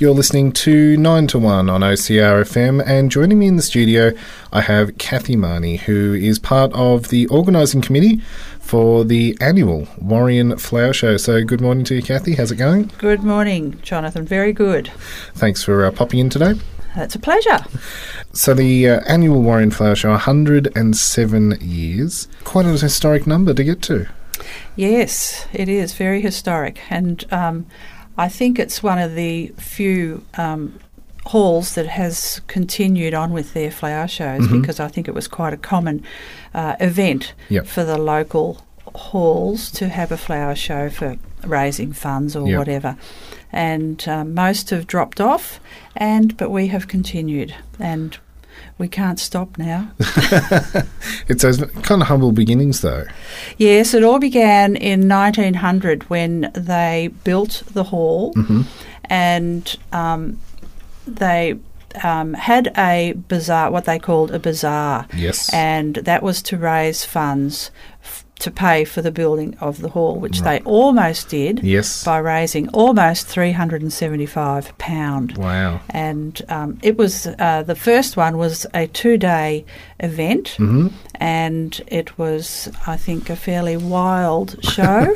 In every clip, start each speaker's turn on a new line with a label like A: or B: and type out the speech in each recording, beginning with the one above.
A: You're listening to 9 to 1 on OCR FM, and joining me in the studio, I have Kathy Marnie, who is part of the organising committee for the annual Warrian Flower Show. So, good morning to you, Kathy. How's it going?
B: Good morning, Jonathan. Very good.
A: Thanks for uh, popping in today.
B: That's a pleasure.
A: So, the uh, annual Warrian Flower Show, 107 years. Quite a historic number to get to.
B: Yes, it is very historic, and um, I think it's one of the few um, halls that has continued on with their flower shows
A: Mhm.
B: because I think it was quite a common uh, event
A: Yep.
B: for the local halls to have a flower show for raising funds or
A: Yep.
B: whatever. And uh, most have dropped off, and but we have continued, and we can't stop now.
A: It's those kind of humble beginnings, though.
B: Yes, it all began in 1900 when they built the hall
A: hmm
B: and um, they um, had a bazaar, what they called a bazaar,
A: Yes.
B: and that was to raise funds f- to pay for the building of the hall, which
A: Right.
B: they almost did
A: yes.
B: by raising almost £375.
A: Wow.
B: And um, it was uh, the first one was a two day event
A: hmm
B: and it was, I think, a fairly wild show.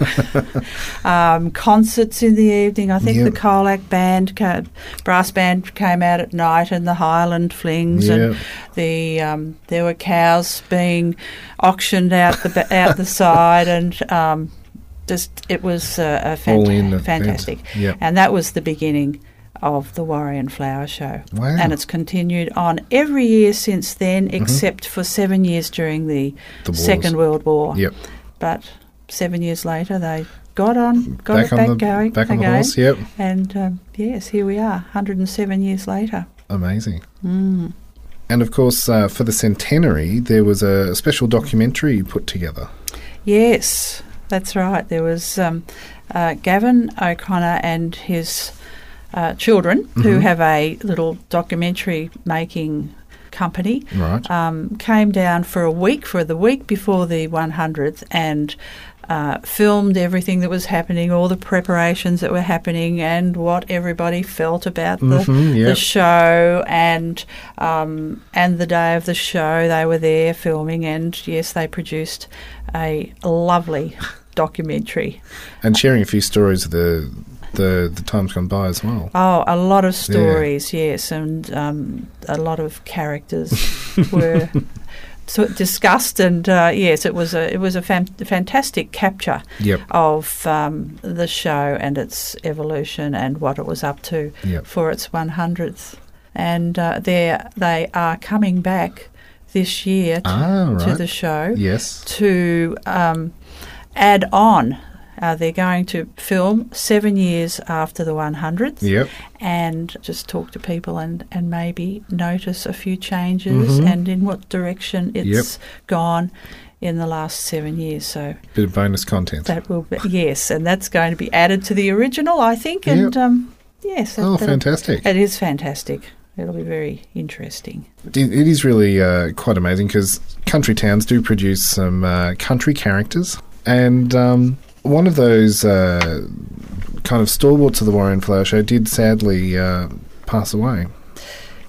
B: um, concerts in the evening. I think
A: Yeah.
B: the Colac band, ca brass band, came out at night, and the Highland Flings, and
A: Yeah.
B: the um, there were cows being auctioned out the ba- out the side, and um, just it was a, a
A: All in
B: fanta-
A: event.
B: fantastic.
A: Yeah.
B: And that was the beginning of the Warrior and Flower Show
A: Wow. Mm-hmm.
B: and it's continued on every year since then, except for seven years during the,
A: The wars.
B: Second World War.
A: Yep.
B: But seven years later, they got on, got it back
A: on the,
B: going
A: back on
B: again,
A: the horse. Yep.
B: and um, yes, here we are, 107 years later.
A: Amazing.
B: Mm.
A: And of course, uh, for the centenary, there was a special documentary put together.
B: Yes, that's right. There was um, uh, Gavin O'Connor and his uh, children who
A: Mhm.
B: have a little documentary making company
A: Right.
B: um, came down for a week, for the week before the 100th, and uh, filmed everything that was happening, all the preparations that were happening, and what everybody felt about the,
A: Mhm,
B: the
A: yep.
B: show and um, and the day of the show. They were there filming, and yes, they produced a lovely documentary.
A: and sharing a few stories of the, the the times gone by as well.
B: Oh, a lot of
A: Yeah.
B: stories, yes, and um, a lot of characters were so discussed, and uh, yes, it was a it was a fan- fantastic capture
A: Yep.
B: of um, the show and its evolution and what it was up to
A: Yep.
B: for its 100th, and uh, they they are coming back this year t-
A: Ah,
B: to
A: right.
B: the show
A: Yes.
B: to um, add on. Uh, they're going to film seven years after the 100th
A: Yep.
B: and just talk to people and, and maybe notice a few changes
A: Mhm.
B: and in what direction it's gone in the last seven years. So
A: Bit of bonus content.
B: that will be, yes, and that's going to be added to the original, I think. And um, yes, that,
A: oh,
B: that'll-
A: fantastic.
B: it is fantastic. It'll be very interesting.
A: It it is really uh, quite amazing because country towns do produce some uh, country characters, and um, one of those uh, kind of stalwarts of the Warren Flower Show did sadly uh, pass away.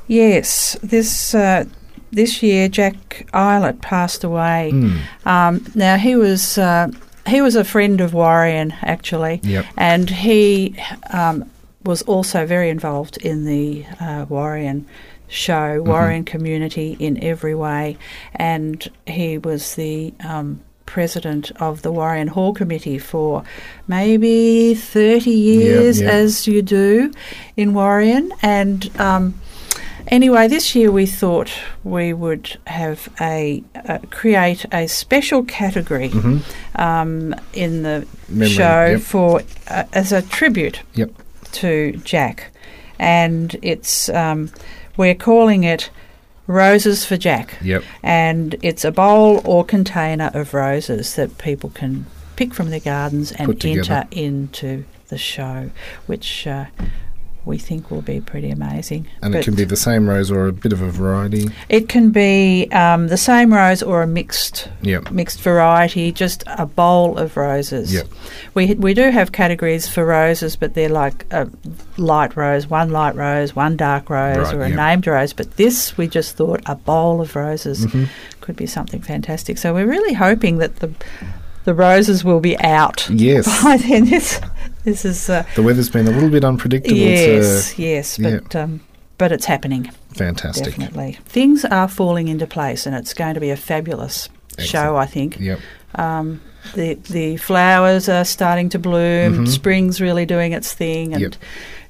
B: Yes, this uh, this year Jack Islet passed away.
A: Mm.
B: Um, now he was uh, he was a friend of Warren actually,
A: Yep.
B: and he um, was also very involved in the uh, Warrian show,
A: Mm-hmm.
B: Warrian community in every way, and he was the um, president of the Warrian Hall Committee for maybe 30 years,
A: yeah.
B: as you do in Warrian, and. Um, Anyway, this year we thought we would have a uh, create a special category
A: hmm
B: um, in the
A: Memory,
B: show
A: yep.
B: for uh, as a tribute
A: Yep.
B: to Jack, and it's um, we're calling it Roses for Jack,
A: Yep.
B: and it's a bowl or container of roses that people can pick from their gardens and
A: Put together.
B: enter into the show, which. Uh, we think will be pretty amazing.
A: And it
B: But
A: can be the same rose or a bit of a variety.
B: it can be um, the same rose or a mixed
A: Yep.
B: mixed variety, just a bowl of roses.
A: Yep.
B: We we do have categories for roses, but they're like a light rose, one light rose, one dark rose,
A: Right,
B: or a
A: yep.
B: named rose. But this, we just thought a bowl of roses
A: Mhm.
B: could be something fantastic. So we're really hoping that the the roses will be out
A: Yes.
B: by then. This this is uh,
A: The weather's been a little bit unpredictable.
B: yes, yes,
A: uh, yeah.
B: but um, but it's happening
A: So fantastic.
B: definitely. Things are falling into place, and it's going to be a fabulous show,
A: Excellent.
B: I think.
A: Yep.
B: Um, the the flowers are starting to bloom.
A: Mhm.
B: Spring's really doing its thing, and
A: Yep.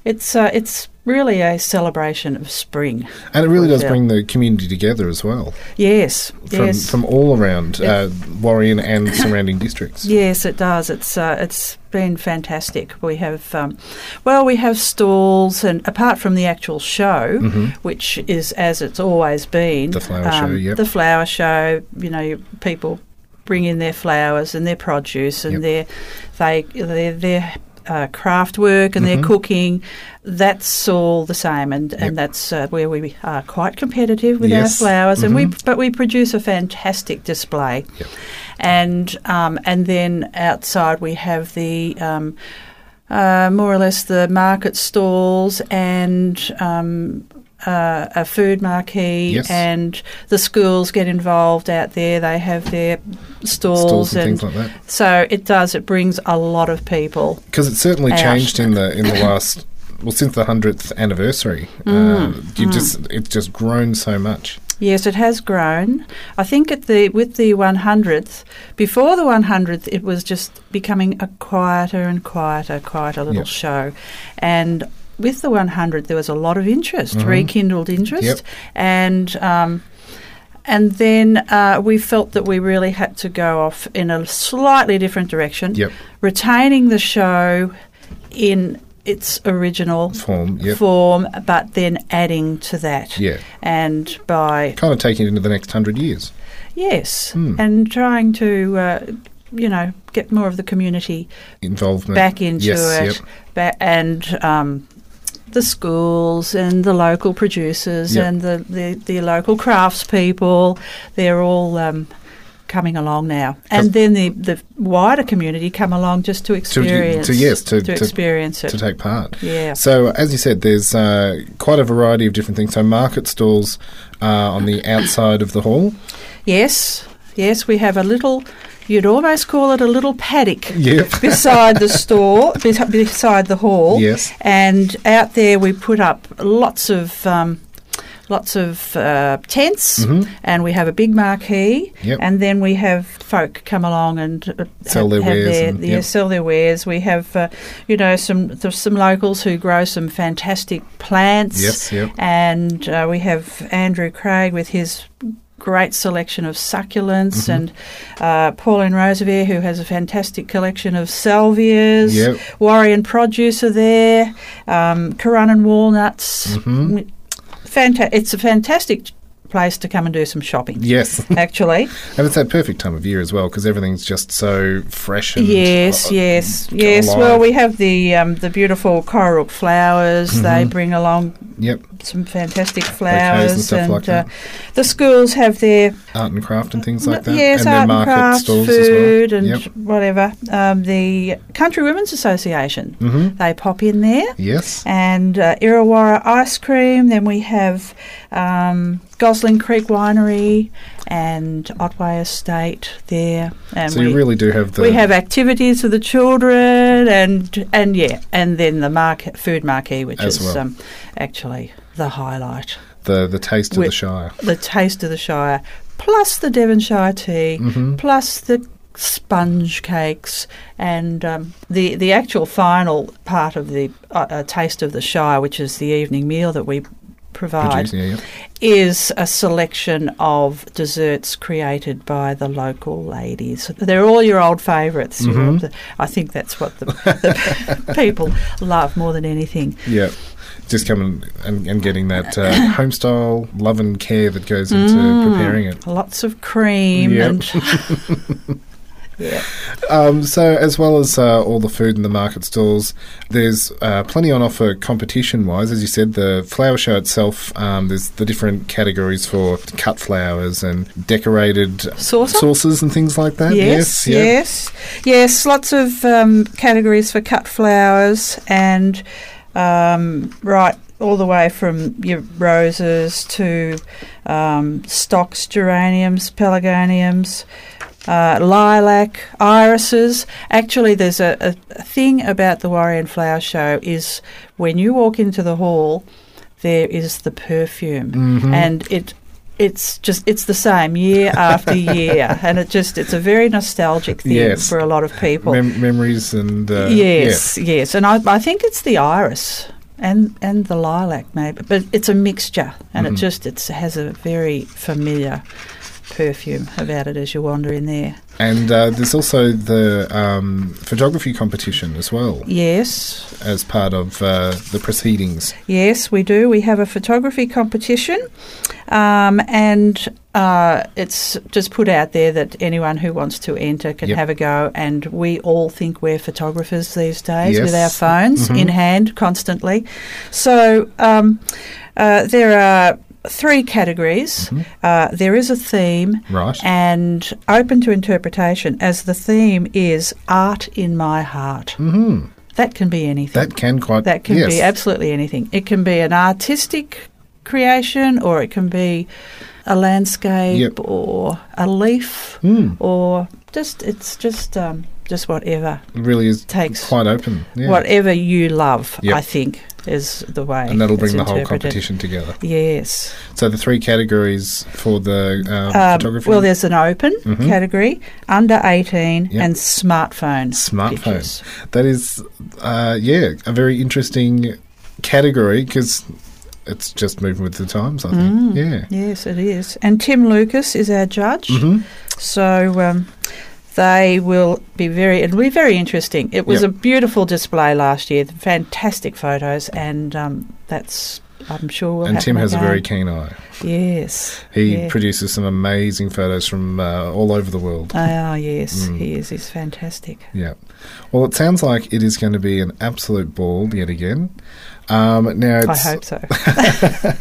B: it's uh, it's really a celebration of spring.
A: And it really
B: Worth
A: does
B: it.
A: bring the community together as well
B: Yes,
A: from,
B: yes,
A: from all around
B: Yeah.
A: uh, Warrion and surrounding districts.
B: yes. It does. It's uh, it's been fantastic. We have um, well, we have stalls, and apart from the actual show.
A: hmm
B: Which is as it's always been Um,
A: The flower show, yep.
B: The flower show, you know, you- people bring in their flowers and their produce and their they their their uh, craft work and
A: Mhm.
B: their cooking. That's all the same, and,
A: Yep.
B: and that's uh, where we are quite competitive with
A: Yes.
B: our flowers, and we
A: Mhm.
B: but we produce a fantastic display,
A: Yep.
B: and um, and then outside we have the. Um, uh, more or less the market stalls and um, uh, a food marquee,
A: Yes.
B: and the schools get involved out there. They have their stalls,
A: Stalls and
B: and,
A: things like that.
B: so it does. It brings a lot of people.
A: Because it's certainly
B: Ouch.
A: changed in the in the last well since the hundredth anniversary.
B: Mm.
A: Um, you've just it's just grown so much.
B: Yes, it has grown. I think at the with the 100th, before the 100th, it was just becoming a quieter and quieter, quieter little
A: Yep.
B: show, and. With the 100, there was a lot of interest, rekindled interest,
A: Mm-hmm. Yep.
B: and um, and then uh, we felt that we really had to go off in a slightly different direction,
A: Yep.
B: retaining the show in its original
A: Form. Yep.
B: form, but then adding to that.
A: Yeah.
B: And by,
A: Kind of taking it into the next hundred years.
B: yes,
A: Hmm.
B: and trying to, uh, you know, get more of the community
A: Involvement.
B: back into
A: yes,
B: it, ba- and um, the schools and the local producers
A: Yep.
B: and the, the, the local craftspeople. They're all um, coming along now, and then the, the wider community come along just to experience.
A: to- yes, to- to-
B: experience
A: Yep.
B: it.
A: To take part.
B: yeah.
A: So, as you said, there's uh, quite a variety of different things. So, market stalls are on the outside of the hall.
B: Yes. Yes, we have a little. You'd almost call it a little paddock.
A: Yep.
B: beside the store, bes- beside the hall.
A: Yes.
B: And out there, we put up lots of um, lots of uh, tents,
A: Mhm.
B: and we have a big marquee.
A: Yep.
B: And then we have folk come along and uh,
A: Sell
B: have-
A: their
B: have
A: wares
B: Their,
A: and-
B: yeah,
A: yep.
B: sell their wares. We have, uh, you know, some there's some locals who grow some fantastic plants.
A: Yes, yep.
B: And uh, we have Andrew Craig with his great selection of succulents
A: Mm-hmm.
B: and uh, Pauline Rosevier who has a fantastic collection of salvias.
A: Yep.
B: Warrion produce are there. Um, Curran walnuts.
A: Mhm.
B: Fanta- it's a fantastic place to come and do some shopping.
A: Yes.
B: Actually,
A: And it's that perfect time of year as well because everything's just so fresh and
B: yes,
A: uh,
B: yes, yes.
A: alive.
B: Well, we have the um, the beautiful Coralrook flowers. They bring along
A: Mm-hmm. Yep,
B: some fantastic flowers,
A: Bouquets
B: uh,
A: and stuff like that.
B: the schools have their
A: art and craft and things like that.
B: Yes,
A: and
B: art
A: their
B: and
A: market
B: crafts,
A: stalls
B: food,
A: as well.
B: and whatever. Um, the Country Women's Association,
A: Mhm.
B: they pop in there.
A: Yes.
B: And uh, Irrawarra ice cream. Then we have um, Gosling Creek Winery and Otway Estate there. And
A: So
B: we,
A: you really do have the
B: we have activities for the children, and and yeah, and then the market food marquee, which
A: As
B: is
A: well.
B: um, actually the highlight
A: the, the taste of
B: we-
A: the Shire.
B: the taste of the Shire, plus the Devonshire tea,
A: Mm-hmm.
B: plus the sponge cakes, and um, the the actual final part of the uh, uh, taste of the Shire, which is the evening meal that we provide,
A: Produce, yeah, yep.
B: is a selection of desserts created by the local ladies. They're all your old favorites I think that's what the, the people love more than anything.
A: Yeah. Just coming and, and getting that uh, home style love and
B: Mm.
A: care that goes into preparing it.
B: Lots of cream
A: Yep.
B: and Yeah.
A: Um, so, as well as uh, all the food in the market stalls, there's uh, plenty on offer competition wise. As you said, the flower show itself, um, there's the different categories for cut flowers and decorated
B: Saucer?
A: saucers and things like that.
B: Yes,
A: yeah.
B: yes, yes. Lots of um, categories for cut flowers and um, right all the way from your roses to um, stocks, geraniums, pelargoniums. Uh, lilac, irises. Actually, there's a, a a thing about the Warrior and Flower Show is when you walk into the hall, there is the perfume,
A: Mm-hmm.
B: and it it's just it's the same year after year, and it just it's a very nostalgic thing
A: Yes.
B: for a lot of people.
A: Mem- memories and. Uh,
B: yes, yes, and I, I think it's the iris and and the lilac maybe, but it's a mixture, and
A: Mhm.
B: it just it's, has a very familiar perfume about it as you wander in there.
A: yeah. And uh, there's also the um, photography competition as well
B: Yes,
A: as part of uh, the proceedings.
B: Yes, we do. We have a photography competition, um, and uh, it's just put out there that anyone who wants to enter can
A: Yep.
B: have a go. And we all think we're photographers these days with our
A: Yes.
B: phones
A: Mhm.
B: in hand constantly. So um, uh, there are three categories.
A: Mhm.
B: Uh, there is a theme.
A: Right.
B: And open to interpretation, as the theme is art in my heart.
A: hmm
B: That can be anything.
A: That can quite.
B: That can
A: yes.
B: be absolutely anything. It can be an artistic creation, or it can be a landscape,
A: Yep.
B: or a leaf,
A: Hmm.
B: or just it's just um, just whatever
A: It really is
B: takes
A: quite open. Yeah.
B: whatever you love.
A: Yep.
B: I think is the way,
A: and that'll
B: it's
A: bring the whole
B: interpreted.
A: competition together.
B: Yes.
A: So the three categories for the um,
B: Um,
A: photography.
B: well, there's an open
A: Mhm.
B: category, under 18,
A: Yep.
B: and smartphone.
A: Smartphone.
B: pictures.
A: that is, uh, yeah, a very interesting category because it's just moving with the times. I think.
B: Mm.
A: Yeah.
B: Yes, it is. And Tim Lucas is our judge.
A: hmm
B: So um, they will be very. It'll be very interesting. It was
A: Yep.
B: a beautiful display last year. Fantastic photos, and um, that's. I'm sure will
A: And Tim
B: happen
A: has a
B: again.
A: very keen eye.
B: yes.
A: He
B: Yeah.
A: produces some amazing photos from uh, all over the world.
B: Ah, yes,
A: Mm.
B: he is. He's fantastic.
A: Yeah. Well, it sounds like it is going to be an absolute ball yet again. Um, now
B: I
A: it's
B: hope so.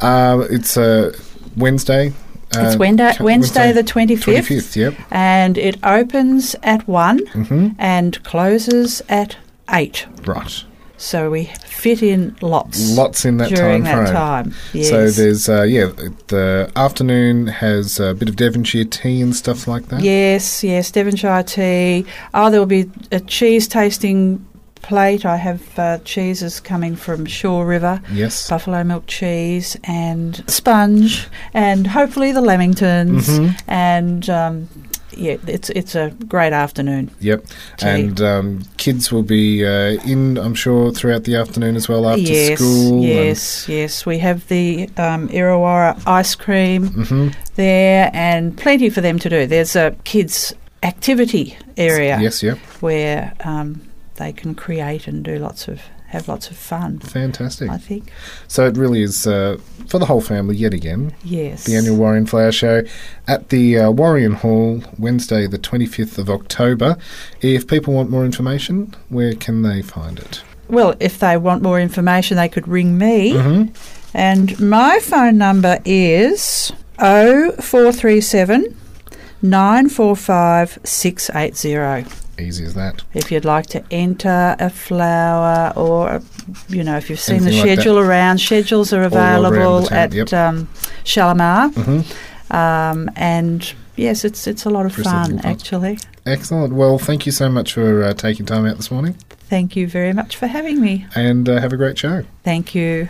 A: um, it's uh, Wednesday.
B: it's
A: uh,
B: Wednesday,
A: ca-
B: Wednesday the 25th,
A: 25th. Yep.
B: and it opens at one
A: hmm
B: and closes at eight.
A: Right.
B: So we fit in lots,
A: Lots in that
B: during
A: time
B: that
A: frame.
B: time. Yes.
A: So there's uh, yeah, the afternoon has a bit of Devonshire tea and stuff like that.
B: Yes, yes, Devonshire tea. Oh, there will be a cheese tasting plate. I have uh, cheeses coming from Shore River,
A: Yes.
B: buffalo milk cheese and sponge, and hopefully the Lamingtons.
A: Mhm.
B: And um, yeah, it's it's a great afternoon.
A: Yep.
B: Tea.
A: And um, kids will be uh, in, I'm sure, throughout the afternoon as well after
B: yes,
A: school.
B: yes, yes. We have the um, Irrawarra ice cream
A: hmm
B: there, and plenty for them to do. There's a kids activity area.
A: Yes. Yep.
B: where um, they can create and do lots of have lots of fun.
A: Fantastic.
B: I think
A: So it really is uh, for the whole family yet again.
B: yes.
A: The annual Warrior and Flower Show at the uh, Warrior Hall, Wednesday, the 25th of October. If people want more information, where can they find it?
B: well, if they want more information, they could ring me,
A: hmm
B: and my phone number is oh four three seven. 945680
A: Easy as that.
B: if you'd like to enter a flower or a- you know if you've seen
A: Anything
B: the
A: like that.
B: schedule around schedules are
A: All around the
B: available
A: town,
B: at
A: yep.
B: um, Shalimar
A: hmm
B: um, and yes it's it's a lot of
A: Just a little
B: fun
A: fun.
B: actually
A: Excellent. Well, thank you so much for uh, taking time out this morning
B: Thank you very much for having me.
A: and uh, have a great show.
B: Thank you.